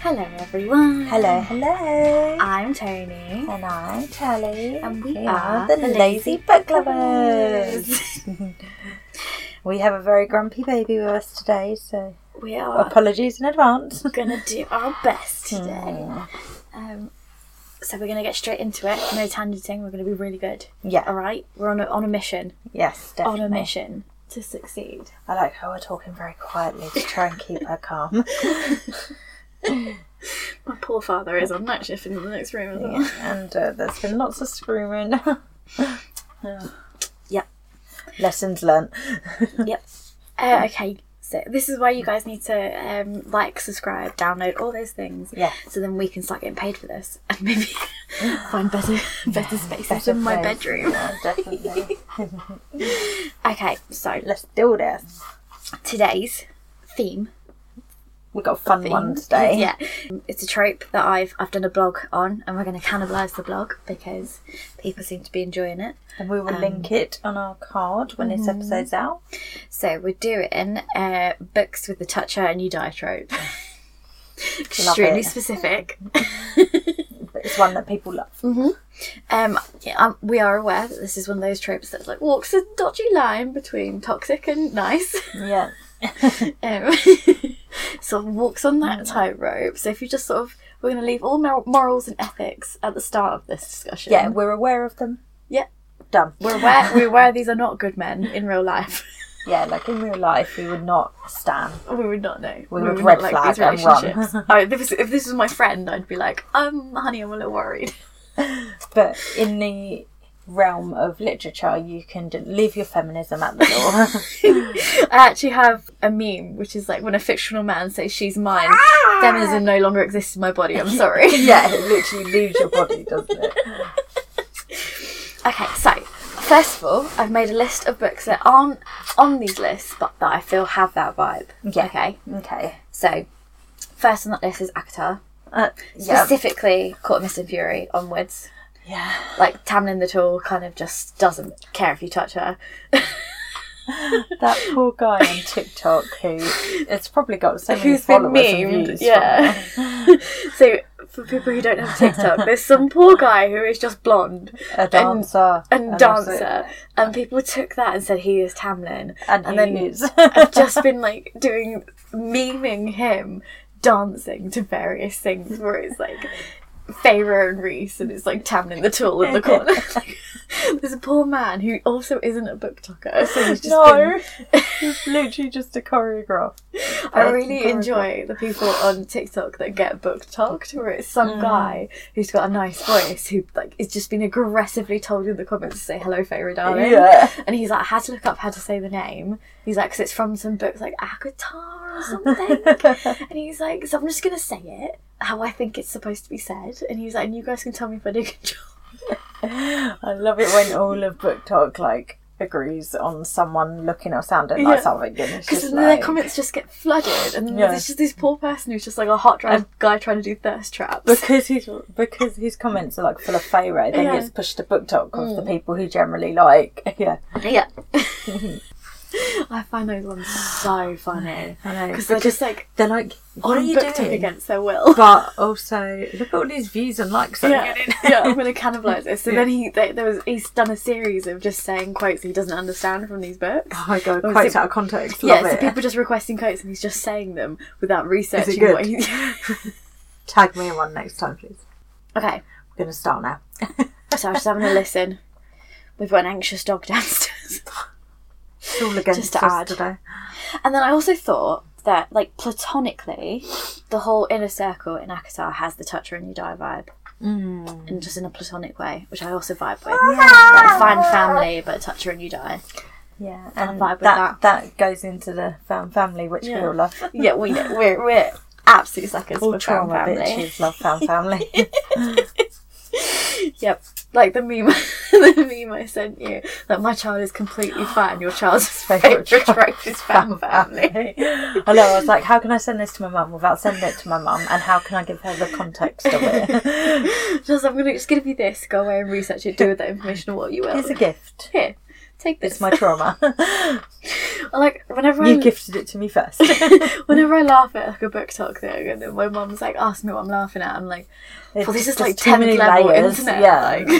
Hello, everyone. Hello, hello. I'm Tony. And I'm Charlie. And we are the, the Lazy Lazy Book Lovers. we have a very grumpy baby with us today, so We are apologies in advance. gonna do our best today. Mm, Um, so we're gonna get straight into it. No tangenting. We're gonna be really good. All yeah, right, we're on a, on a mission. yes, definitely. On a mission to succeed. I like how we're talking very quietly to try and keep her calm. My poor father is on night shift in the next room as well. and uh, there's been lots of screaming. Yep. Lessons learnt. Yep. Uh, okay. So this is why you guys need to um, like, subscribe, download all those things. Yeah. So then we can start getting paid for this and maybe find better better spaces Better in my place. bedroom. Yeah, definitely. Okay. So Let's do this. today's theme. We've got a fun one today. Yeah. It's a trope that I've I've done a blog on, and we're going to cannibalise the blog because people seem to be enjoying it. And we will link Um, it on our card when mm-hmm. this episode's out. So we're doing uh, books with the touch out and you die trope. Extremely it. specific. But it's one that people love. Mm. Um, yeah, um, we are aware that this is one of those tropes that like walks a dodgy line between toxic and nice. Yeah. Um, sort of walks on that Mm. tightrope. So if you just sort of, we're going to leave all mor- morals and ethics at the start of this discussion. Yeah, we're aware of them. Yeah. Done. We're aware, we're aware these are not good men in real life. Yeah, like in real life, we would not stand. We would not know. We would red flag and run. I, if, this, if this was my friend, I'd be like, um, honey, I'm a little worried. But in the realm of literature, you can d- leave your feminism at the door. I actually have a meme, which is like when a fictional man says she's mine, feminism no longer exists in my body, I'm sorry. yeah, it literally leaves your body, doesn't it? Okay, so first of all, I've made a list of books that aren't on these lists, but that I feel have that vibe. Yeah. Okay. Okay. So first on that list is Akatar, Uh, yeah. specifically Court of Mist and Fury onwards. Yeah. Like Tamlin the Tall kind of just doesn't care if you touch her. That poor guy on TikTok who has probably got so many Who's been followers and memed? views from Yeah. so for people who don't have TikTok, there's some poor guy who is just blonde a dancer and also- dancer, and people took that and said he is Tamlin, and, and he then is. I've just been like doing memeing him dancing to various things where it's like Pharaoh and Reese and it's like Tamlin the Tool in the corner. There's a poor man who also isn't a book talker, so he's just been- no, it's literally just a choreograph. I really Choreograph. enjoy the people on TikTok that get book talked, where it's some Mm. guy who's got a nice voice who like is just been aggressively told in the comments to say hello, Pharaoh darling. Yeah. And he's like, I had to look up how to say the name. He's like, because it's from some books like Akatar or something. and he's like, so I'm just going to say it how I think it's supposed to be said. And he's like, and you guys can tell me if I do good job. I love it when all of Book Talk like agrees on someone looking or sounding like Yeah. something. and it's Because just their like- comments just get flooded. And Yeah. it's just this poor person who's just like a hot drive guy trying to do thirst traps. because his because his comments are like full of Pharaoh, then Yeah. Mm. it's pushed to Book Talk of the people who generally like. Yeah, yeah. I find those ones so funny. I know. Because they're just like, they're like, what are on you book talk doing? against their will. But also, look at all these views and likes I'm yeah, getting. yeah, I'm gonna cannibalise this. So then he they, there was he's done a series of just saying quotes he doesn't understand from these books. Oh my god, Oh, quotes so- out of context. yeah, Love so it. people just requesting quotes and he's just saying them without researching good? what he Tag me in one next time, please. Okay. We're gonna start now. So I was just having a listen. We've got an anxious dog downstairs. It's all against to us add. today. And then I also thought that like platonically, the whole inner circle in Akatar has the touch her and you die vibe. Mm. And just in a platonic way, which I also vibe with. Like, find family but touch her and you die. Yeah, and vibe with that, that. Um, that goes into the fam- family, which Yeah. we all love. Yeah, we know. We're we're absolute suckers All for found trauma family. bitches love fam family. Yep, like the meme, the meme I sent you. Like my child is completely fine. Your child's favorite Favourite trope is found family. I know. I was like, how can I send this to my mum without sending it to my mum? And how can I give her the context of it? Just I'm gonna just give you this. Go away and research it. Do with that information what you will. It's a gift. Here, take this. It's my trauma. I like whenever You I gifted it to me first. whenever I laugh at like a book talk thing, and then my mum's like asks me what I'm laughing at, I'm like, well, this is There's like too many ten level layers, internet. yeah.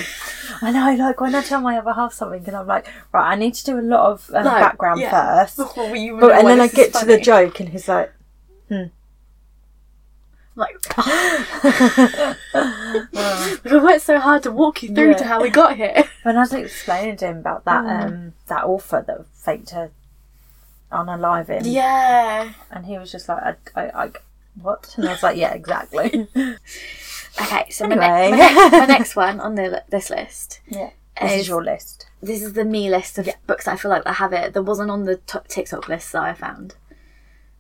Like, I know, like when I tell my other half something, and I'm like, right, I need to do a lot of um, No, background yeah. first. before you But know and why then I this is get to the funny. joke, and he's like, Like, we worked so hard to walk you through Yeah. to how we got here. when I was explaining to him about that Mm. um, that author that faked her unaliving, Yeah. and he was just like, I, I, I, what? And I was like, yeah, exactly. Okay, so Anyway. my, ne- my, next, my next one on the, li- this list yeah, this is is your list. this is the me list of books that I feel like I have it that wasn't on the t- TikTok list that I found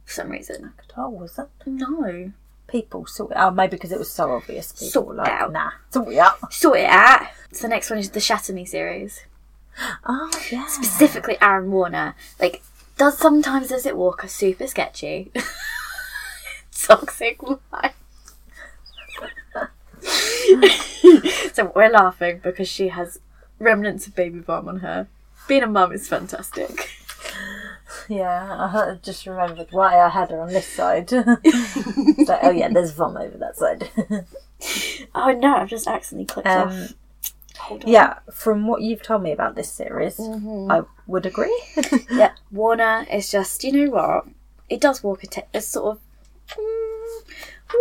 for some reason. Oh, was that No, people sort? Oh, maybe because it was so obvious. People Sort were like, out. nah, sort it out. sort it out. So the next one is the Shatter Me series, Oh yeah, specifically Aaron Warner. Like, does sometimes does it walk a super sketchy, toxic life? so we're laughing because she has remnants of baby bomb on her. Being a mum is fantastic. yeah. I heard- just remembered why I had her on this side. It's like, oh yeah, there's vom over that side. Oh no, I've just accidentally clicked Um, off. Hold on. yeah, from what you've told me about this series, I would agree. yeah, Warner is just, you know what? It does walk a, te- a sort of. mm,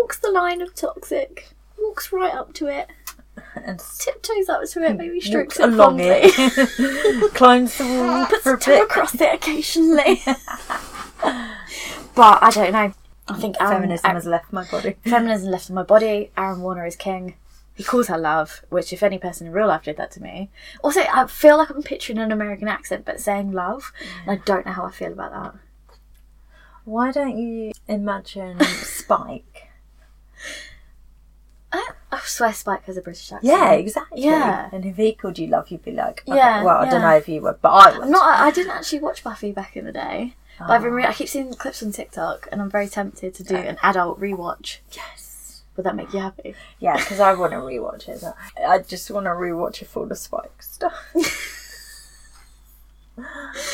walks the line of toxic. Walks right up to it. and Tiptoes up to it, maybe strokes walks it along along it. it, climbs the wall Puts for a a bit. toe across it occasionally. but I don't know. I think Aaron, Feminism Aaron- has left my body. feminism left in my body. Aaron Warner is king. He calls her love, which if any person in real life did that to me. Also, I feel like I'm picturing an American accent, but saying love, and I don't know how I feel about that. Why don't you imagine Spike? I, I swear Spike has a British accent. Yeah, exactly. Yeah. And if he called you love, you'd be like, okay, Yeah, well, I don't yeah. know if you would, but I would. I'm not. I didn't actually watch Buffy back in the day. But I've Ah. been. Re- I keep seeing clips on TikTok, and I'm very tempted to do an adult rewatch. Yes. Would that make you happy? Yeah, because I want to rewatch it. I just want to rewatch it for the Spike stuff.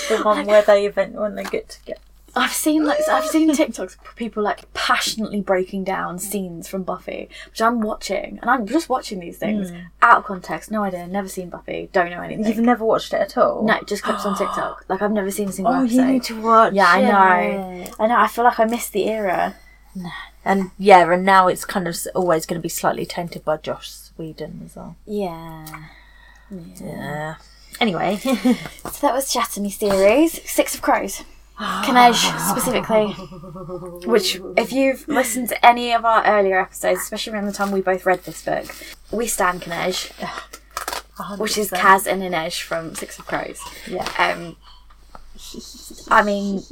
the one where they event when they get together. I've seen like I've seen TikToks of people like passionately breaking down scenes from Buffy, which I'm watching, and I'm just watching these things out of context. No idea. Never seen Buffy. Don't know anything. Hmm. You've never watched it at all. No, just clips on TikTok. Like I've never seen a single Oh, episode. you need to watch. yeah, I it. know. I know. I feel like I missed the era. And yeah, and now it's kind of s- always going to be slightly tainted by Josh Sweden as well. Yeah. Yeah. Anyway, So that was Shatter Me series, Six of Crows. Kenege specifically. Which, if you've listened to any of our earlier episodes, especially around the time we both read this book, we stand Kenege, which is Kaz and Inej from Six of Crows. Yeah. Um, I mean,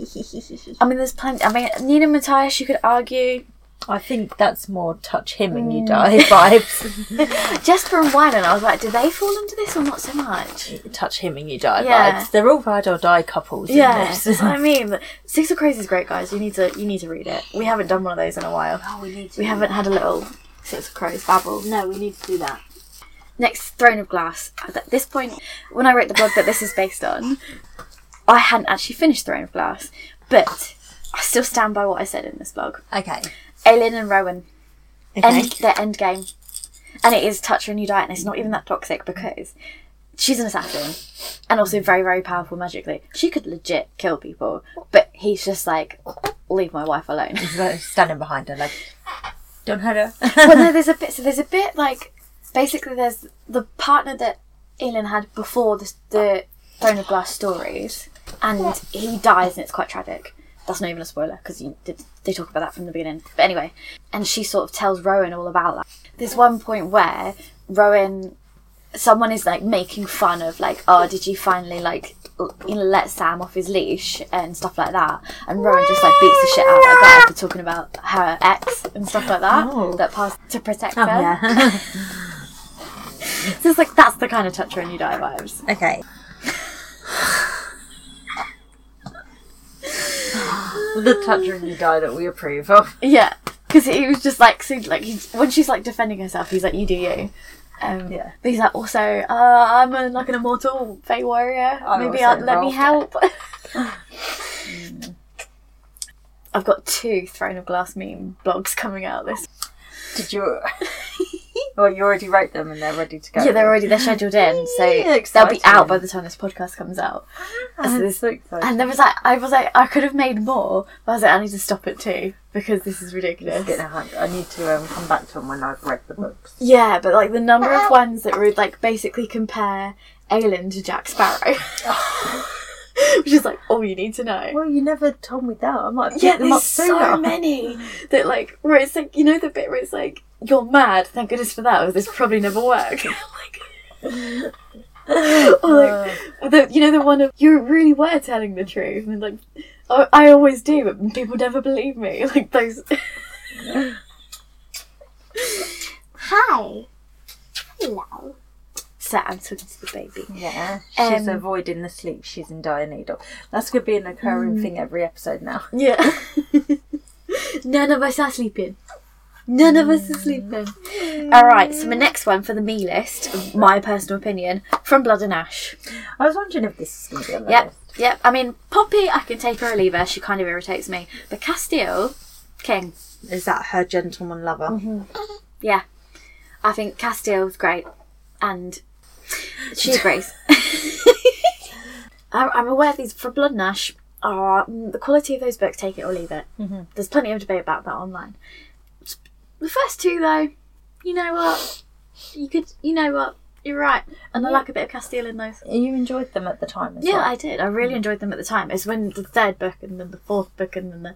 I mean, there's plenty. I mean, Nina Matthias, you could argue. I think that's more touch him and you die vibes. Jesper and Wyman, I was like, do they fall into this or not so much? touch him and you die Yeah. vibes. They're all ride or die couples. in Yeah, this. I mean, Six of Crows is great, guys. You need to you need to read it. We haven't done one of those in a while. Oh, we need to. We haven't had a little Six of Crows babble. No, we need to do that. Next, Throne of Glass. At this point, when I wrote the blog that this is based on, I hadn't actually finished Throne of Glass, but I still stand by what I said in this blog. Okay. Aelin and Rowan, Okay. end their end game, and it is touch her and you die, and it's not even that toxic because she's an assassin and also very very powerful magically. She could legit kill people, but he's just like, leave my wife alone. He's like standing behind her, like, don't hurt her. well, no, there's a bit. So there's a bit like basically there's the partner that Elin had before the, the Throne of Glass stories, and he dies, and it's quite tragic. That's not even a spoiler because they talk about that from the beginning. But anyway, and she sort of tells Rowan all about that. There's one point where Rowan, someone is like making fun of like, oh, did you finally like l- you know, let Sam off his leash and stuff like that, and Rowan just like beats the shit out of her back for talking about her ex and stuff like that Oh. that passed to protect Oh, her. yeah. So it's like that's the kind of touch her and you die vibes. okay. the touch and you die that we approve of. Yeah, because he was just like, so, like he's, when she's like defending herself, he's like, "You do you." Um, Yeah. But he's like, also, uh, I'm a, like an immortal Fey warrior. I'm Maybe also I'd, let me involved." help. I've got two Throne of Glass meme blogs coming out this. Did you? well, you already wrote them and they're ready to go. Yeah, they're already they're scheduled in, so Yeah, they'll be out exciting. by the time this podcast comes out. Uh-huh. Ah, that's so exciting. And there was like, I was like, I could have made more, but I was like, I need to stop it too because this is ridiculous. Just getting a hang- I need to um, come back to them when I've read the books. Yeah, but like the number of ones that would like basically compare Aelin to Jack Sparrow, Oh. which is like all you need to know. Well, you never told me that. I might have Yeah, picked them up there's so sooner. many that like where it's like you know the bit where it's like you're mad. Thank goodness for that. Or this probably never work. like, Oh or like the, you know the one of you really were telling the truth and like I, I always do, but people never believe me. Like those. Hi. Hello. So I'm talking to the baby. Yeah, she's Um, avoiding the sleep. She's in dire need of. That's going to be an Mm. occurring thing every episode now. Yeah. None of us are sleeping. None of us are sleeping. All right, so my next one for the me list, my personal opinion, from Blood and Ash. I was wondering if this is going to be on the Yep, list. yep. I mean, Poppy, I can take her or leave her. She kind of irritates me. But Castile, King, Is that her gentleman lover? yeah. I think Castile's great, and she agrees. I- I'm aware these for Blood and Ash are mm, the quality of those books. Take it or leave it. There's plenty of debate about that online. The first two, though, you know what? You could, you know what? You're right, and I like a bit of Castile in those. You enjoyed them at the time as Yeah, well. Mm-hmm. I did. I really enjoyed them at the time. It's when the third book and then the fourth book and then the,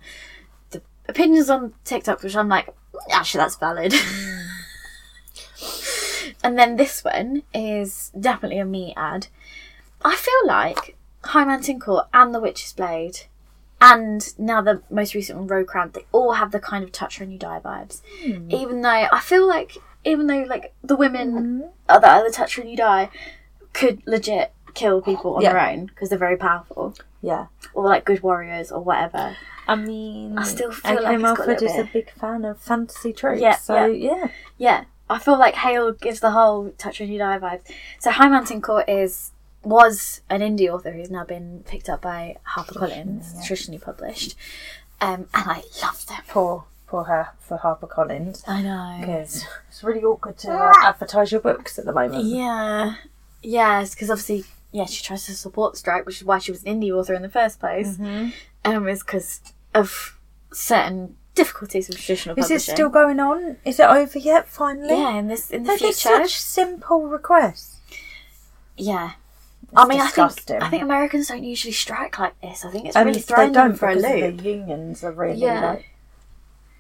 the opinions on TikTok, which I'm like, actually, that's valid. and then this one is definitely a me ad. I feel like High Mountain Court and The Witch's Blade and now the most recent one, Rogue Crown, they all have the kind of touch when you die vibes. Hmm. Even though I feel like, even though like the Mm-hmm. women are that are the touch when you die, could legit kill people on Yeah. their own because they're very powerful Yeah. or like good warriors or whatever. I mean, I still feel like it's got a Alfred little is bit- a big fan of fantasy tropes. Yeah, so yeah. Yeah, I feel like Hale gives the whole touch when you die vibes. So High Mountain Court is was an indie author who's now been picked up by HarperCollins, traditionally published. Um, and I love them. Poor, poor her for HarperCollins I know. because it's really awkward to uh, Ah! advertise your books at the moment. Yeah, yes, because obviously, yeah, she tries to support strike, which is why she was an indie author in the first place. Mm-hmm. Um, is because of certain difficulties with traditional Is publishing. it still going on? Is it over yet? Finally. Yeah, in this in the They're just future. such simple requests. Yeah. I mean, I disgusting. think I think Americans don't usually strike like this. I think it's And really thrown they don't them for a because of loop. The unions are really Yeah. like,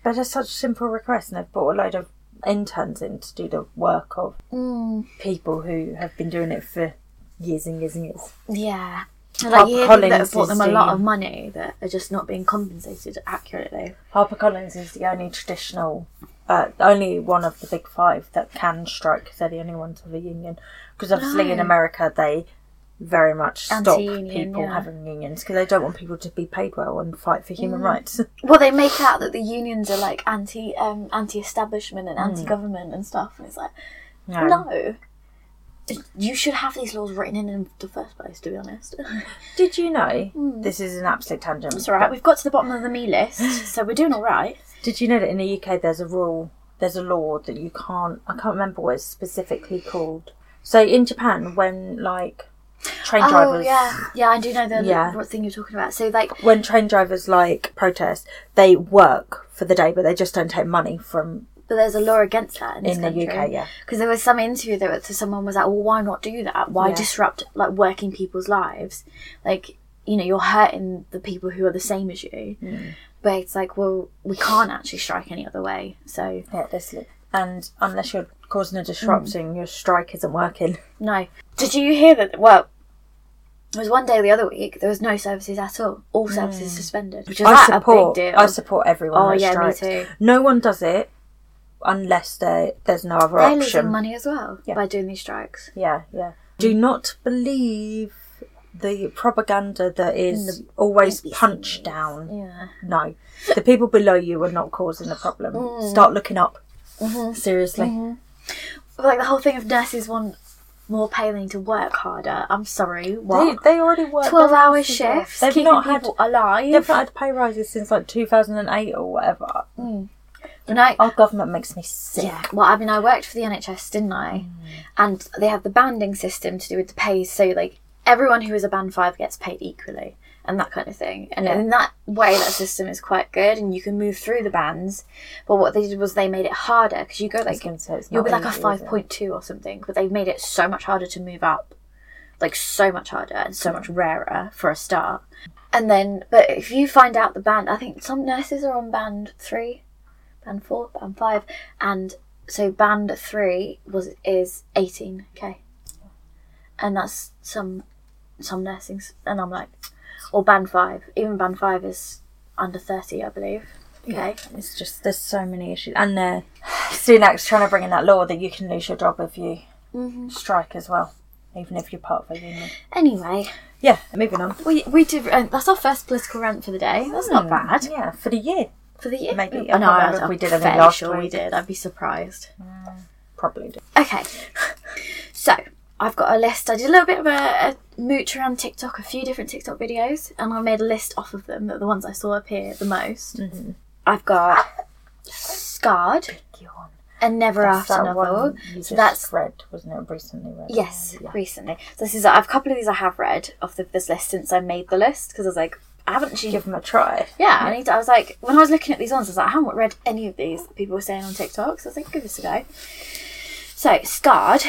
but they're such simple requests, and they've brought a load of interns in to do the work of Mm. people who have been doing it for years and years and years. Yeah. And, Like you hear people that HarperCollins have bought is them a lot the- of money that are just not being compensated accurately. HarperCollins is the only traditional, uh, only one of the big five that can strike. 'cause They're the only ones with a union. Because obviously in No. America they very much stop Anti-union, people yeah. having unions because they don't want people to be paid well and fight for Mm. human rights. Well, they make out that the unions are like anti um, anti establishment and Hmm. anti government and stuff, and it's like No. no. You should have these laws written in in the first place. To be honest, Did you know? Mm. This is an absolute tangent. it's all right. We've got to the bottom of the me list, so we're doing all right. Did you know that in the UK there's a rule, there's a law that you can't, I can't remember what it's specifically called. So in Japan, when like train Oh drivers, yeah, yeah, I do know the Yeah. what thing you're talking about. So like, when train drivers like protest, they work for the day, but they just don't take money from But there's a law against that in, this in the UK. Yeah, Because there was some interview that was- someone was like, "Well, why not do that? Why Yeah. disrupt like working people's lives? Like, you know, you're hurting the people who are the same as you." Mm. But it's like, well, we can't actually strike any other way. So yeah, this and unless you're causing a disruption, your strike isn't working. no. Did you hear that? Well. It was one day the other week. There was no services at all. All services suspended, which is Mm. I like support. a big deal. I support everyone. Oh, that yeah, me strikes. too. No one does it unless there there's no other They're option. losing money as well by doing these strikes. Yeah, yeah. Do not believe the propaganda that is always punched down. Yeah. No, the people below you are not causing the problem. Mm. Mm-hmm. Start looking up. Seriously. But, like the whole thing of nurses want more pay, they need to work harder. I'm sorry, They, what? they already work. Twelve their hour asses off. shifts, They've keeping not had people alive. they've not had pay rises since like 2008 or whatever. And I- oh, Our government makes me sick. Yeah. Well, I mean, I worked for the NHS, didn't I? Mm. And they have the banding system to do with the pay. So, like, everyone who is a band five gets paid equally and that kind of thing. And in that way, that system is quite good and you can move through the bands. But what they did was they made it harder because you go like, gonna say, it's you'll not be like a easy, is it? 5.2 or something, but they've made it so much harder to move up. Like, so much harder and so much rarer for a start. And then, but if you find out the band, I think some nurses are on band three, band four, band five, and so band three was is eighteen k, and that's some some nursing. s- And I'm like, or band five, even band five is under thirty, I believe. Okay, It's just there's so many issues, and uh, Sunak's trying to bring in that law that you can lose your job if you strike as well, even if you're part of a union. anyway, Yeah, moving on. we we did. Uh, that's our first political rant for the day. That's not bad. Yeah, Hmm. for the year for the year. Maybe. I I know. can't I, remember if we did. we did I'm anything fairly last sure we week. did. I'd be surprised. probably. Do. Okay, so I've got a list. I did a little bit of a, a mooch around TikTok, a few different TikTok videos, and I made a list off of them. The ones I saw appear the most. Mm-hmm. I've got scarred and never after that novel. one you So just that's read, wasn't it? Recently read. Yes, Yeah. recently. So this is I've a couple of these I have read off the, this list since I made the list because I was like, I haven't actually Give them a try. yeah, I need to, I was like, when I was looking at these ones, I was like, I haven't read any of these that people were saying on TikTok, so I was like, give this a go. So, Scarred,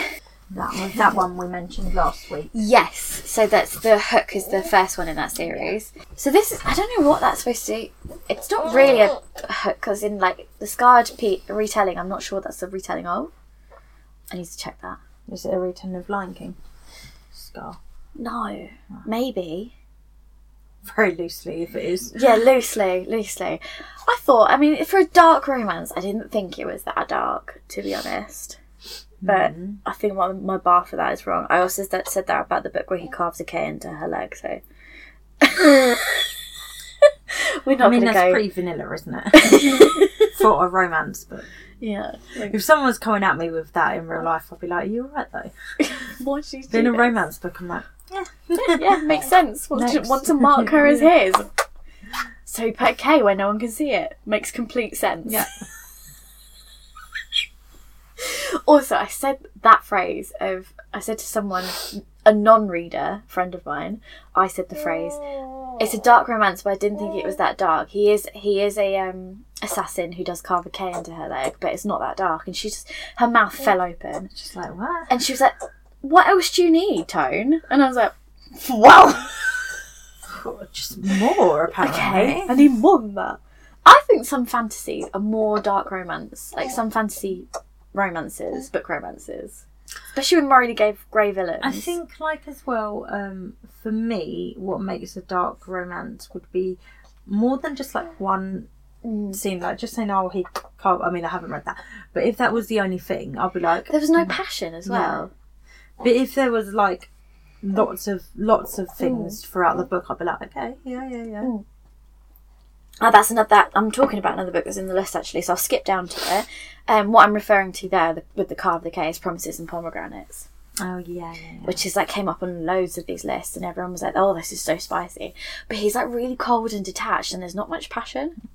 That one, that one we mentioned last week. yes. So that's the hook is the first one in that series. So this is, I don't know what that's supposed to, it's not really a hook, because in like the Scarred pe- retelling, I'm not sure that's a retelling of. I need to check that. Is it a retelling of Lion King? Scar. No, maybe. Very loosely, if it is. Yeah, loosely, loosely. I thought, I mean, for a dark romance, I didn't think it was that dark, to be honest. But Mm-hmm. I think my, my bar for that is wrong. I also said, said that about the book where he carves a K into her leg, so. We're not I going mean, to that's go. pretty vanilla, isn't it? For a romance book. Yeah. Like, If someone was coming at me with that in real life, I'd be like, "Are you alright though?" why did you do In a this? romance book, I'm like, Yeah, makes sense. Want to, Next. want to mark her as his. So he put a K where no one can see it. Makes complete sense. Yeah. also, I said that phrase of I said to someone, a non-reader friend of mine, I said the phrase, "It's a dark romance," but I didn't think it was that dark. He is he is a um assassin who does carve a K into her leg, but it's not that dark. And she just her mouth fell open. just like what? And she was like, What else do you need, Tone? And I was like, Well, Oh, Just more apparently. okay, I need more than that. I think some fantasies are more dark romance, like some fantasy romances, book romances, especially with Murray gave Grey Villains. I think, like as well, um, for me, what makes a dark romance would be more than just like one Mm. scene, like just saying, "Oh, he can't." I mean, I haven't read that, but if that was the only thing, I'd be like, there was no passion as well. But if there was like lots of lots of Mm. things throughout the book, I'd be like, okay, yeah, yeah, yeah. Oh, that's another. That, I'm talking about another book that's in the list actually, so I'll skip down to it. Um, what I'm referring to there the, with the carve the case, promises and pomegranates. Oh yeah, yeah, yeah. which is like came up on loads of these lists and everyone was like oh this is so spicy but he's like really cold and detached and there's not much passion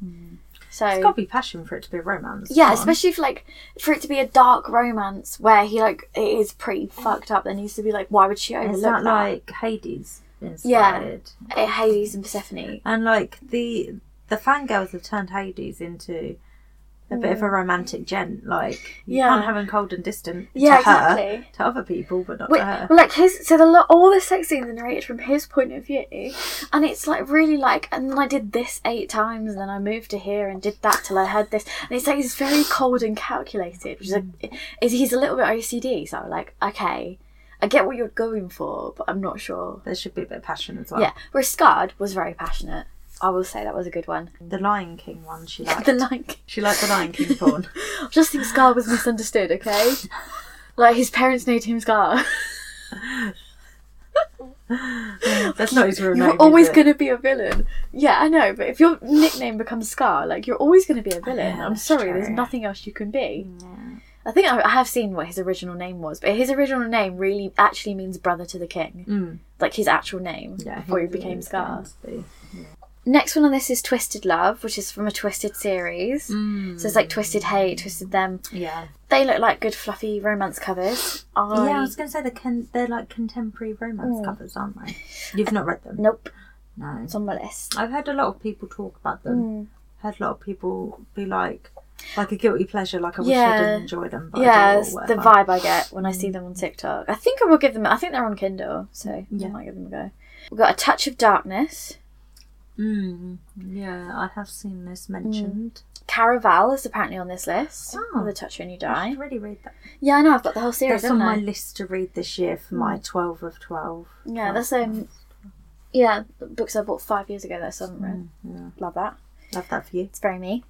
so Mm-hmm. It's got to be passion for it to be a romance. yeah Come on. especially if like for it to be a dark romance where he like it is pretty fucked up there needs to be like why would she overlook Is that, that like Hades inspired? Uh, hades and persephone And like the the fangirls have turned Hades into a bit of a romantic gent. Like you Mm. Yeah. can't have him cold and distant Yeah, to her, exactly. to other people, but not Wait, to her. well, like his so the lo- all the sex scenes are narrated from his point of view, and it's like really like, and then I did this eight times, and then I moved to here and did that till I heard this, and it's like he's very cold and calculated, which is like, Mm. is he's a little bit OCD. So I'm like, okay, I get what you're going for, but I'm not sure. There should be a bit of passion as well. Yeah, whereas Scarred was very passionate. I will say that was a good one. The Lion King one she liked. The like, she liked the Lion King porn. I just think Scar was misunderstood. Okay, like his parents named him Scar. That's not his real name. You're is always it? going to be a villain. Yeah, I know, but if your nickname becomes Scar, like you're always going to be a villain. Yeah, I'm that's sorry, true. there's nothing else you can be. I think I, I have seen what his original name was, but his original name really actually means brother to the king, Mm. like his actual name Yeah, before he was became always Scar. going to be. Next one on this is Twisted Love, which is from a Twisted series. So Mm. it's like Twisted Hate, Twisted Them. Yeah. They look like good fluffy romance covers. I... Yeah, I was going to say they're, con- they're like contemporary romance Mm. covers, aren't they? You've not read them? Nope, No. it's on my list. I've heard a lot of people talk about them. Mm. Heard a lot of people be like, like a guilty pleasure, like I wish I Yeah. didn't enjoy them. But I Mm. yeah, do, or it's the whatever. vibe I get when I see them on TikTok. I think I will give them. I think they're on Kindle, so Yeah. I might give them a go. We've got a touch of darkness. Mm, yeah, I have seen Mm. this mentioned. Caraval is apparently on this list. Oh. With a touch when you I die. should really read that. Yeah, Mm. I know. I've got the whole series. That's on my haven't list to read this year for my 12 of 12. I? Yeah, that's um. Yeah, the books I bought five years ago that I still haven't read. Mm, Yeah. Love that. Love that for you. It's very me.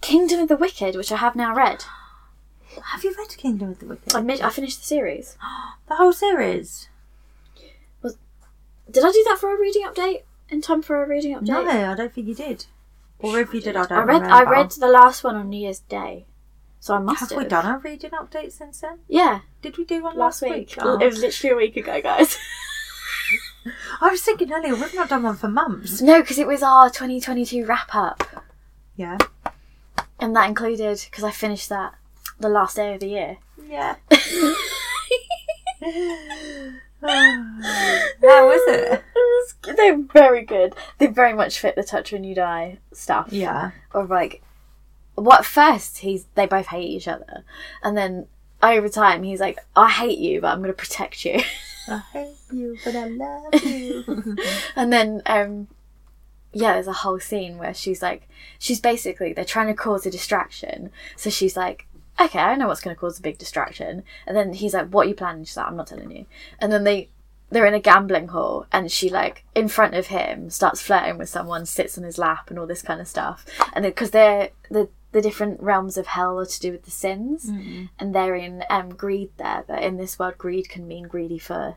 Kingdom of the Wicked, which I have now read. Have you read Kingdom of the Wicked? I, mid- I finished the series. the whole series? Did I do that for a reading update? In time for a reading update? No, I don't think you did. Or if you did, I don't I read. I remember. read the last one on New Year's Day, so I must Have have. we done our reading update since then? Yeah, Did we do one last last, week. Oh. It was literally a week ago, guys. I was thinking earlier, we've not done one for months. no, because it was our 2022 wrap up, Yeah. and that included because I finished that the last day of the year. Yeah. Oh. How was it? was, they're very good. They very much fit the touch when you die stuff. Yeah. Or like, what first? He's they both hate each other, and then over time he's like, I hate you, but I'm gonna protect you. I hate you, but I love you. And then, um, yeah, there's a whole scene where she's like, she's basically, they're trying to cause a distraction. So she's like, okay, I know what's going to cause a big distraction. And then he's like, what are you planning? She's like, I'm not telling you. And then they, they're in a gambling hall and she like in front of him starts flirting with someone sits on his lap and all this kind of stuff and because they're the the different realms of hell are to do with the sins and they're in um greed there but in this world greed can mean greedy for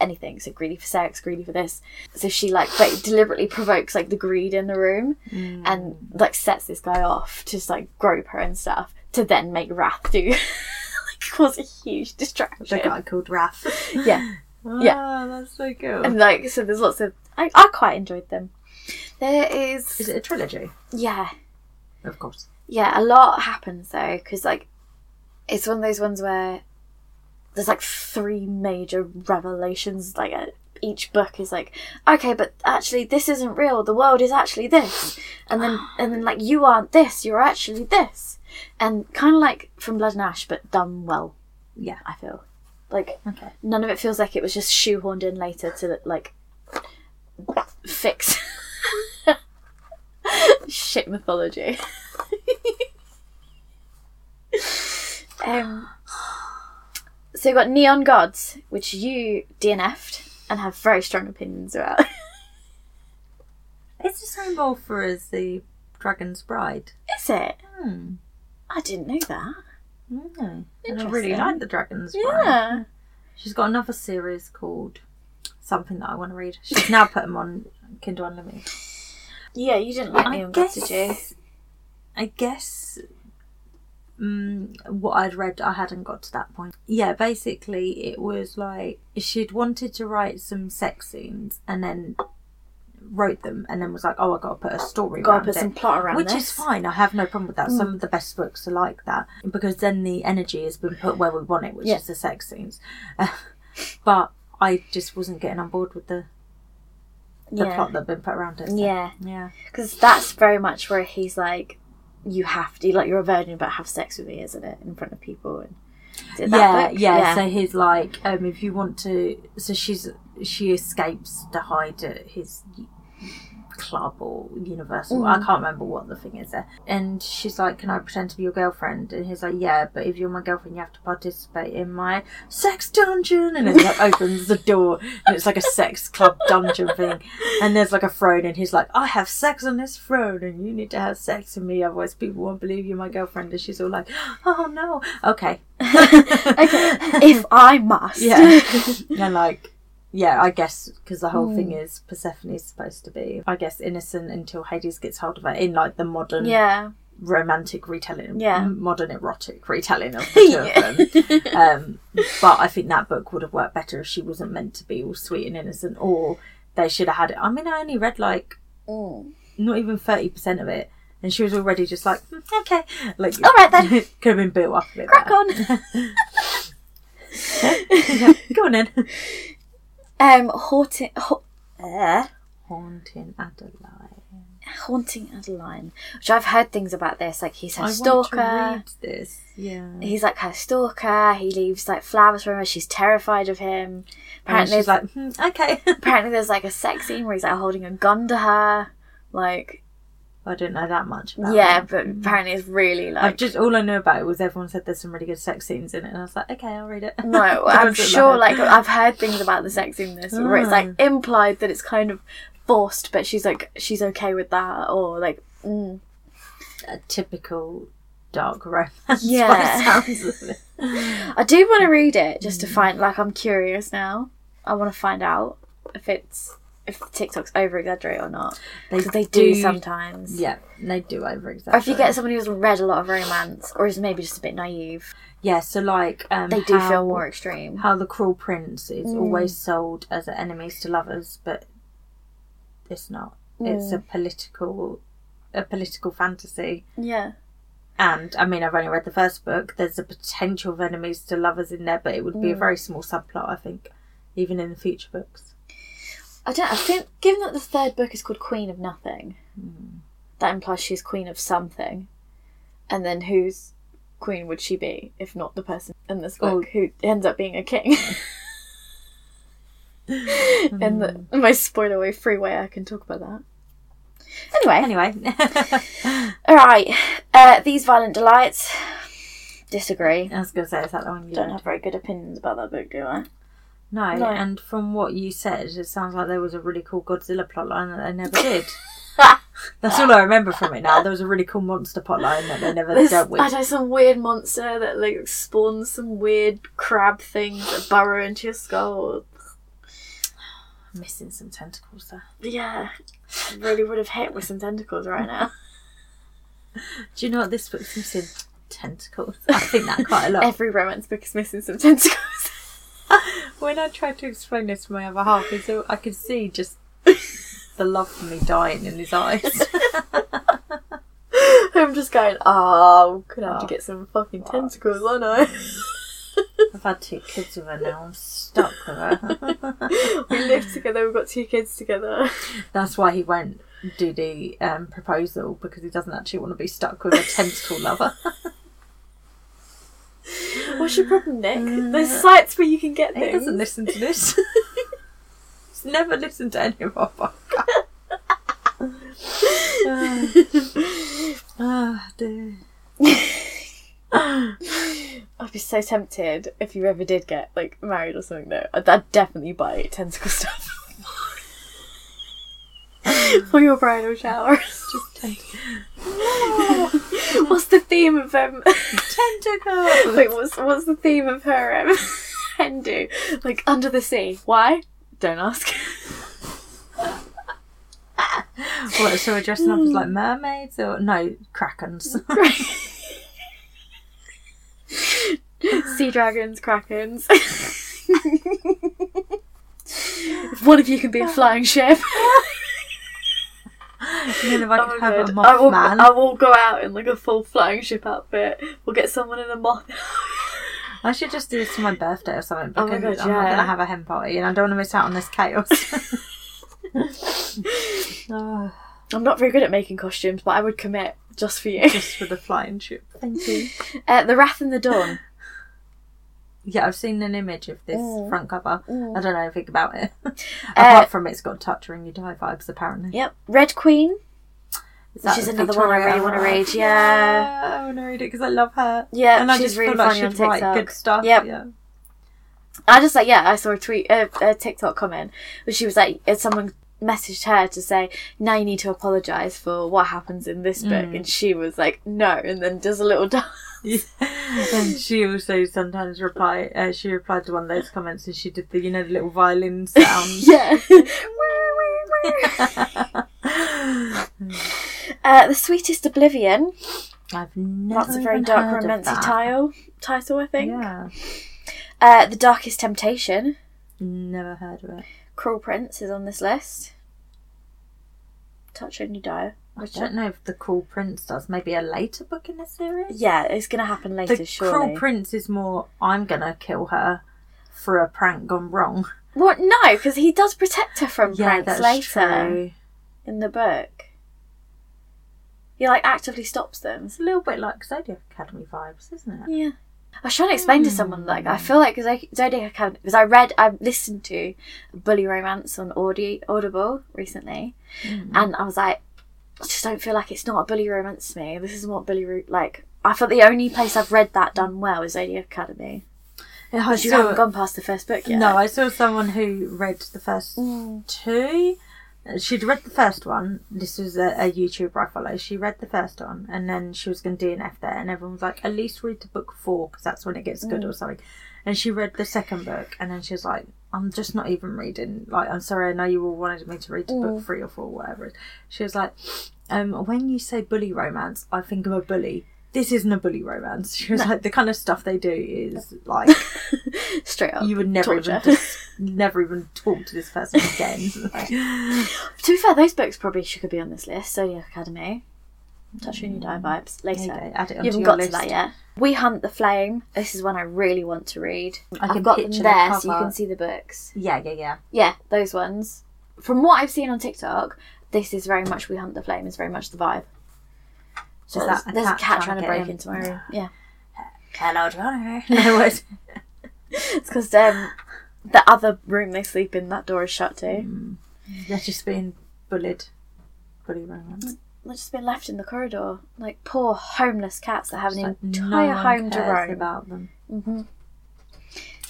anything so greedy for sex greedy for this so she like but deliberately provokes like the greed in the room and like sets this guy off to just like grope her and stuff to then make wrath do like cause a huge the distraction guy called Raph. yeah Yeah. Oh, that's so cool. and like so there's lots of I, I quite enjoyed them there is, Is it a trilogy? yeah Of course. yeah a lot happens though because like it's one of those ones where there's like three major revelations like uh, each book is like okay but actually this isn't real the world is actually this and then and then like you aren't this you're actually this and kind of like from blood and ash but done well Yeah. i feel like Okay. none of it feels like it was just shoehorned in later to like fix shit mythology. um, so we've got Neon Gods, which you DNF'd and have very strong opinions about. It's the same author as the Dragon's Bride. Is it? Hmm. I didn't know that. Mm. And I really Interesting. like the Dragon's Bride. Yeah. She's got another series called something that I want to read. She's now put them on Kindle Unlimited. Yeah, you didn't like I Neon Gods, did you? guess. I guess. Um, what I'd read, I hadn't got to that point. Yeah, basically, it was like she'd wanted to write some sex scenes and then wrote them, and then was like, "Oh, I got to put a story." Got to around put it." some plot around which this. Mm. is fine. I have no problem with that. Some of the best books are like that because then the energy has been put where we want it, which Yeah. is the sex scenes. but I just wasn't getting on board with the, the Yeah. plot that had been put around it. so- Yeah. yeah, Because that's very much where he's like, you have to, like, you're a virgin, but have sex with me, isn't it? In front of people. And is it yeah, that book? yeah, So he's like, um, if you want to, so she's she escapes to hide at his club or Universal. Mm. I can't remember what the thing is there. And she's like, "Can I pretend to be your girlfriend?" And he's like, "Yeah, but if you're my girlfriend, you have to participate in my sex dungeon." And then like opens the door, and it's like a sex club dungeon thing. And there's like a throne, and he's like, "I have sex on this throne, and you need to have sex with me, otherwise people won't believe you're my girlfriend." And she's all like, "Oh no, okay." okay, if I must. Yeah. and like, yeah, I guess because the whole Hmm. thing is Persephone's supposed to be, I guess, innocent until Hades gets hold of her in like the modern yeah. romantic retelling, Yeah. m- modern erotic retelling of the two of them. Um, but I think that book would have worked better if she wasn't meant to be all sweet and innocent, or they should have had it. I mean, I only read like Mm. not even thirty percent of it, and she was already just like, "Mm, okay, like All right then. could have been built up a bit. Crack better. on. Go on then. Um, haunting, ha- uh, Haunting Adelaide. haunting Adeline, which I've heard things about this. Like he's her I stalker. want to read this. Yeah. He's like her stalker. He leaves like flowers for her. She's terrified of him. And Apparently, she's it's like like, hmm, okay. apparently there's like a sex scene where he's like holding a gun to her. Like I don't know that much about yeah, it. but apparently it's really I like just all I know about it was everyone said there's some really good sex scenes in it, and I was like, okay, I'll read it. no. I I'm wasn't sure like- like I've heard things about the sex in this where it's like Ah. implied that it's kind of forced, but she's like she's okay with that or like mm. a typical dark romance. Yeah, Yeah. sounds of it. I do want to read it just to find like I'm curious now. I want to find out if it's if TikTok's over exaggerate or not because they do, sometimes. Yeah, they do over Or exaggerate. if you get someone who's read a lot of romance, or is maybe just a bit naive, yeah, so like um, they do how- feel more Mm. extreme. How the cruel prince is always sold as enemies to lovers, but it's not. It's Mm. a political, a political fantasy. Yeah. And I mean, I've only read the first book. There's a potential of enemies to lovers in there, but it would be Mm. a very small subplot, I think, even in the future books. I don't. I think given that the third book is called Queen of Nothing, that implies she's queen of something, and then whose queen would she be if not the person in this book who ends up being a king? And the, my spoiler way free way I can talk about that. Anyway, Anyway, all right. Uh, these violent delights. Disagree. I was going to say, is that the one you Don't read? have very good opinions about that book, do I? No, No. and from what you said, it sounds like there was a really cool Godzilla plotline that they never did. That's all I remember from it now. There was a really cool monster plotline that they never There's, dealt I with. know some weird monster that like spawns some weird crab things that burrow into your skull. Missing some tentacles there. Yeah, I really would have hit with some tentacles right now. Do you know what this book's missing? Tentacles. I think that quite a lot. Every romance book is missing some tentacles. When I tried to explain this to my other half, he said, I could see just the love for me dying in his eyes. I'm just going, oh, I'm gonna have to Oh, get some fucking tentacles, I know. I've had two kids with her now. I'm stuck with her. we live together, we've got two kids together. That's why he won't do the um, proposal because he doesn't actually want to be stuck with a tentacle lover. What's your problem, Nick? There's sites where you can get He things. doesn't listen to this. He's never listened to any of our podcasts. Ah, dear. I'd be so tempted if you ever did get like married or something though. I'd, I'd definitely buy tentacle stuff for your bridal shower. Just tentacle. what's the theme of um? Tentacles! wait, what's what's the theme of her um? Hindu like under the sea. Why? Don't ask. What, so we're dressing up as Mm. like mermaids or no, krakens? sea dragons, krakens. If One of you can be a flying ship. And then if Oh I could have a Good. I will, moth man, I will go out in like a full flying ship outfit. We'll get someone in a moth. I should just do this for my birthday or something Oh my because God, I'm not yeah. going to have a hen party and I don't want to miss out on this chaos. oh, I'm not very good at making costumes, but I would commit just for you. just for the flying ship. Thank you. Uh, the Wrath and the Dawn. Yeah, I've seen an image of this front cover. I don't know anything about it. Mm. Uh, Apart from it's got touch ring you die vibes, apparently. yep. Red Queen, which Is that is the another one I Victoria really want to era? read. Yeah. I want to read it because I love her. Yeah, and I she's just really feel like funny on she'd write TikTok. good stuff. Yep. Yeah. I just like, yeah, I saw a tweet, a, a TikTok comment, where she was like, uh, someone messaged her to say, now you need to apologise for what happens in this book. And she was like, no, and then does a little dance. Yeah. and she also sometimes reply. Uh, she replied to one of those comments, and she did the you know the little violin sound. Yeah. Uh, the Sweetest Oblivion. I've never. That's a very even dark heard of romancy that. title, title, I think. Yeah, Uh, the Darkest Temptation. never heard of it. Cruel Prince is on this list. Touch Only Dire. I Which don't know if the Cruel Prince does. Maybe a later book in the series. yeah, it's going to happen later, the surely. Cruel Prince is more. I'm gonna kill her for a prank gone wrong. what? No, because he does protect her from pranks later true. in the book. He like actively stops them. It's a little bit like Zodiac Academy vibes, isn't it? Yeah. I was trying to explain to someone like Hmm. I feel like Zod- Zodiac Academy because I read I listened to Bully Romance on Audi Audible recently, Hmm. and I was like, I just don't feel like it's not a bully romance to me. This isn't what bully ro- like. I felt the only place I've read that done well is Zodiac Academy. Yeah, I You haven't gone past the first book yet. No, I saw someone who read the first two. Uh, She'd read the first one. This was a, a YouTuber I follow. She read the first one, and then she was going to DNF there, and everyone was like, "At least read to book four, because that's when it gets good or something." And she read the second book, and then she was like, "I'm just not even reading. Like, I'm sorry. I know you all wanted me to read to book three or four, whatever." it is." She was like, um, "When you say bully romance, I think of a bully." This isn't a bully romance. She was like, the kind of stuff they do is like straight up. you would never torture. even dis- never even talk to this person again. Like, to be fair, those books probably should be on this list. Zodiac Academy, Touch When You Die vibes later. there you go, add it You Hmm. onto haven't your got list. to that yet. We Hunt the Flame. This is one I really want to read. I I've can got them picture the there so you cover. can see the books. Yeah, yeah, yeah. Yeah, those ones. From what I've seen on TikTok, this is very much We Hunt the Flame is very much the vibe. So Is there's, that a there's a cat cat trying trying to to get break in? into my room. Yeah, Hello, Johnny. No, it's- it's because um, the other room they sleep in, that door is shut too. Mm. they're just being bullied. Bully romance. They've just been left in the corridor, like poor homeless cats that have an Like, no entire one home to cares roam. about them.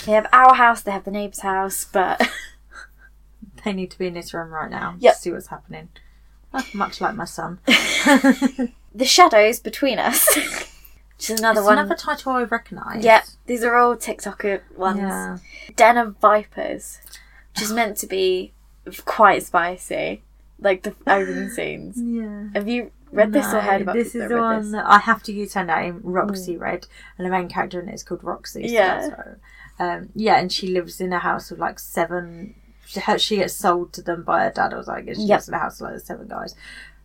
They have our house, they have the neighbour's house, but They need to be in this room right now. Yep. to See what's happening. Oh, much like my son. the shadows between us, which is another It's one. another title I recognise. Yep, these are all TikTok ones. Yeah. Den of Vipers, which is meant to be quite spicy, like the opening scenes. Yeah. Have you read this or No, heard about this? people Is that the read one this? that I have to use her name, Roxy Red, and the main character in it is called Roxy. Mm. so Yeah. that's her. um, yeah, and she lives in a house with like seven. She her- she gets sold to them by her dad or something. She Yep. lives in a house with like seven guys,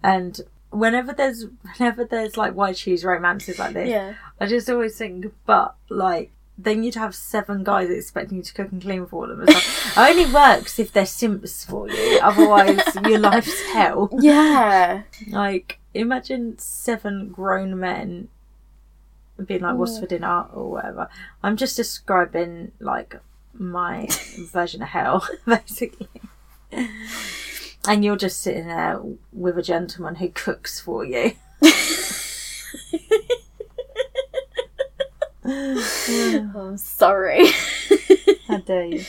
and whenever there's whenever there's like why choose romances like this, Yeah. I just always think, but like. Then you'd have seven guys expecting you to cook and clean for them. It's like, it only works if they're simps for you. Otherwise, your life's hell. Yeah. Like, imagine seven grown men being like, "What's for dinner?" or whatever. I'm just describing like my version of hell, basically. And you're just sitting there with a gentleman who cooks for you. Oh, I'm sorry. How dare you?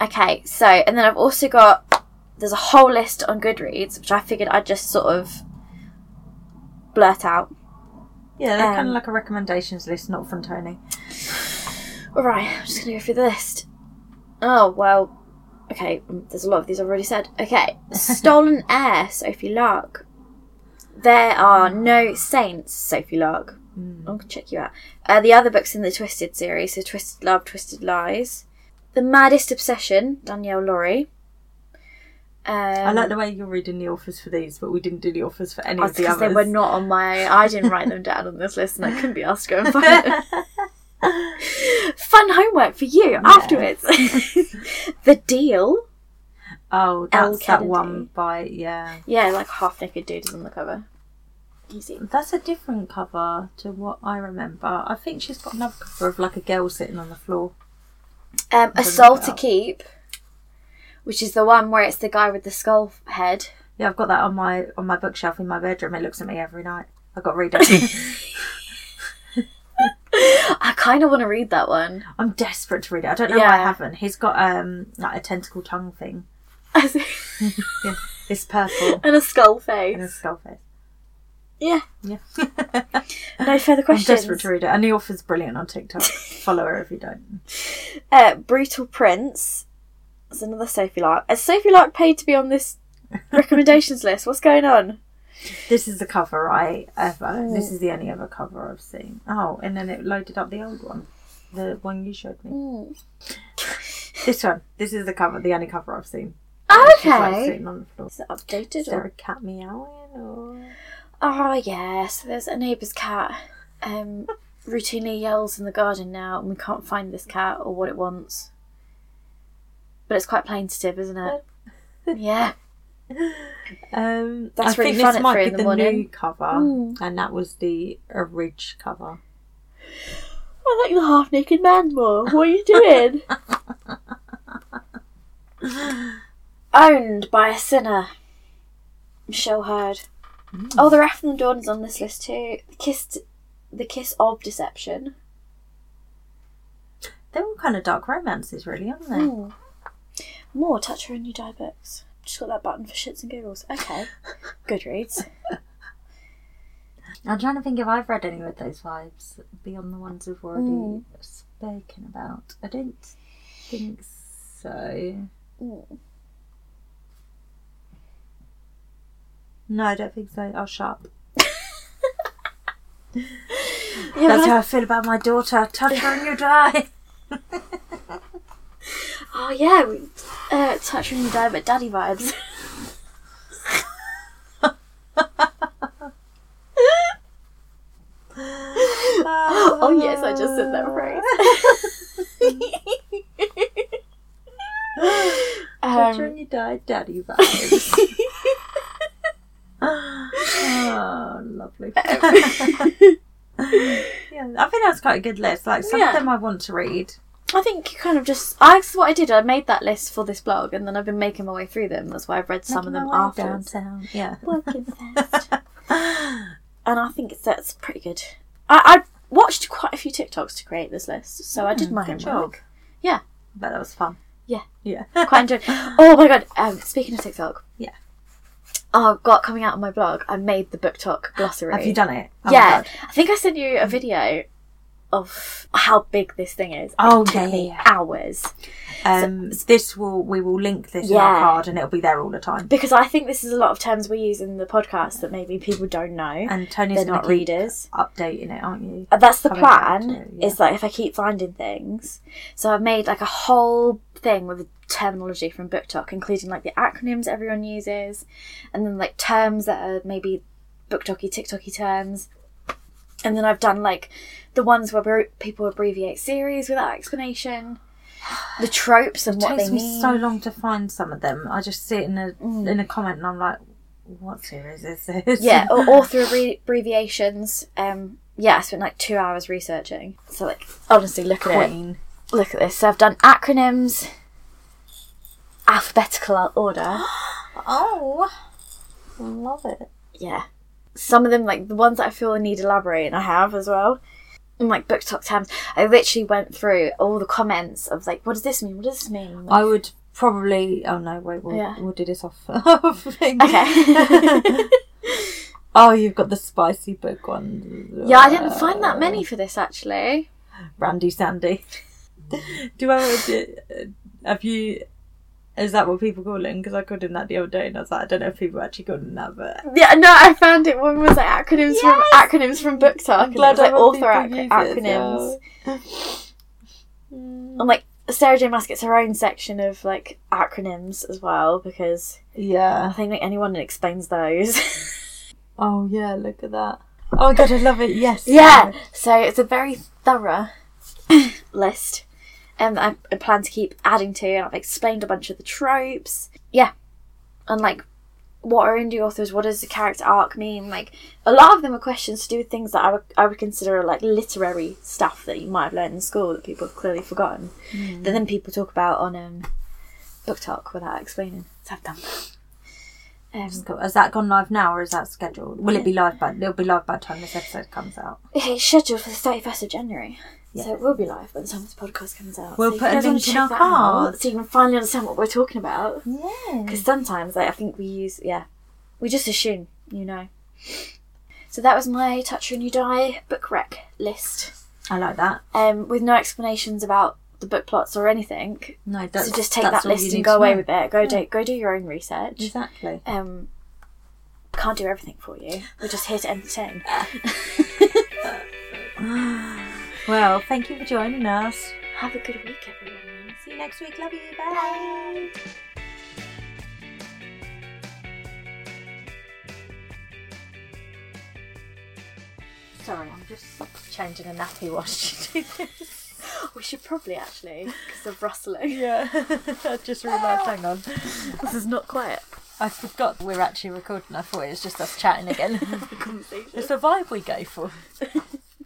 okay, so, and then I've also got, there's a whole list on Goodreads, which I figured I'd just sort of blurt out. Yeah, they're kind Um, of like a recommendations list, not from Tony. Alright, I'm just gonna go through the list. Oh, well, okay, mm, there's a lot of these I've already said. Okay, Stolen Air, Sophie Lark. There Are Hmm. No Saints, Sophie Lark. I'll check you out. Uh, the other books in the Twisted series, so Twisted Love, Twisted Lies. The Maddest Obsession, Danielle Laurie. Um, I like the way you're reading the authors for these, but we didn't do the authors for any of the because others. they were not on my. I didn't write them down on this list, and I couldn't be asked to go and find them. Fun homework for you afterwards. the deal. oh, Elle that's that Kennedy. one by yeah. Yeah, like half naked dude is on the cover. Easy. That's a different cover to what I remember. I think she's got another cover of like a girl sitting on the floor. Um, a look soul it to up. keep, which is the one where it's the guy with the skull head. Yeah, I've got that on my on my bookshelf in my bedroom. It looks at me every night. I got to read it. I kind of want to read that one. I'm desperate to read it. I don't know why I Yeah. haven't. He's got um like a tentacle tongue thing. Yeah, it's purple and a skull and a face. skull face. Yeah. Yeah, No further I'm questions. desperate to read it. And the author's brilliant on TikTok. Follow her if you don't. Uh, Brutal Prince. That's another Sophie Lark. Is Sophie Lark paid to be on this Recommendations list. What's going on? This is the cover, right? Ever. Oh. This is the only other cover I've seen. Oh, and then it loaded up the old one. The one you showed me. Hmm. This one. This is the cover, the only cover I've seen. It's just, like, Okay. sitting on the floor. Is it updated Is there a or? cat meowing or Oh yeah. So there's a neighbour's cat. Um, routinely yells in the garden now, and we can't find this cat or what it wants. But it's quite plaintive, isn't it? Yeah. um That's I really fun think this at might three be in the the, new morning. cover. Mm. And that was the Ridge cover. I like the half naked man more. What are you doing? Owned by a sinner. Michelle Hurd. Oh, the Wrath and the Dawn is on this list too. The Kiss, the kiss of Deception. They're all kind of dark romances really, aren't they? Hmm. More Touch Her in New Die books. Just got that button for shits and giggles. Okay. Goodreads. I'm trying to think if I've read any with those vibes beyond the ones we've already Mm. spoken about. I don't think so. Mm. No, I don't think so. I'll shut up. Yeah, That's I- how I feel about my daughter. Touch her and you die. Oh yeah, we, uh, touch when you die, but daddy vibes. oh yes, I just said that Ah. phrase. Touch her um, and you die, daddy vibes. oh, lovely. yeah, I think that's quite a good list. Like some Yeah. of them I want to read. I think you kind of just. I, that's what I did. I made that list for this blog, and then I've been making my way through them. That's why I've read some of them after. downtown. Yeah. Working fast. and I think it's, that's pretty good. I, I watched quite a few TikToks to create this list, so I did my Hmm, Good homework. job. Yeah. But that was fun. Yeah. Yeah. quite enjoyed. Oh my god! Um, speaking of TikTok, Yeah. I've got coming out on my blog. I made the book talk glossary. Have you done it? Oh my yeah, God. Hmm. I think I sent you a video of how big this thing is. Oh, It took yeah, me yeah, yeah. hours Um, this will we will link this in Yeah. our card and it'll be there all the time. because I think this is a lot of terms we use in the podcast that maybe people don't know. And Tony's They're gonna not keep readers. updating it, aren't you? And that's the Coming back plan. to it, yeah. Is like if I keep finding things, so I've made like a whole thing with terminology from Book Talk, including like the acronyms everyone uses, and then like terms that are maybe Book Talky, TikToky terms, and then I've done like the ones where abbre- people abbreviate series without explanation, the tropes and It what takes they me mean. so long to find some of them. I just see it in a in a comment and I'm like, what series is this? yeah, oh, or author abbre- abbreviations. Um, yeah, I spent like two hours researching. So like, honestly, look at it. Queen. look at this. So I've done acronyms, alphabetical order. Oh, love it. Yeah. Some of them, like the ones that I feel need elaborating, I have as well. And like book talk terms, I literally went through all the comments of like, what does this mean? What does this mean? I would probably. Oh no, wait, we'll, Yeah. we'll do this off. off thing. Okay. oh, you've got the spicy book one. yeah, I didn't find that many for this actually. Randy Sandy. do I? Do, have you? Is that what people call him? Because I called him that the other day, and I was like, I don't know if people actually called him that, but Yeah, no, I found it. One was like acronyms from Yes! acronyms from book talk, and it was like author ac- acronyms. acronyms. And like Sarah J. Maas gets her own section of like acronyms as well because I Yeah. think like anyone that explains those. Oh yeah, look at that. Oh my god, I love it. Yes. yeah. Um, So it's a very thorough list. And I I plan to keep adding to, and I've explained a bunch of the tropes. Yeah. And like, what are indie authors? What does the character arc mean? Like, a lot of them are questions to do with things that I would, I would consider like literary stuff that you might have learned in school that people have clearly forgotten. That then people talk about on um, Book Talk without explaining. So I've done that. Um, Cool. Has that gone live now, or is that scheduled? Will it be live by? It'll be live by the time this episode comes out. It's scheduled for the 31st of January. Yeah. So it will be live by the time this podcast comes out. We'll so you put a guys wanna link in check our that out, cards. So you can finally understand what we're talking about. Yeah. Because sometimes like, I think we use, yeah, we just assume, you know. So that was my Touch and You Die book rec list. I like that. Um, with no explanations about the book plots or anything. No, that's, so just take that's that all you list need and to go away know. with it. Go Yeah. do go do your own research. Exactly. Um, can't do everything for you. We're just here to entertain. Well, thank you for joining us. Have a good week, everyone. See you next week. Love you. Bye. Sorry, I'm just changing a nappy while she do this. We should probably actually because of rustling. Yeah, I just realised. Hang on, this is not quiet I forgot we're actually recording. I thought it was just us chatting again. conversation. it's the vibe we go for.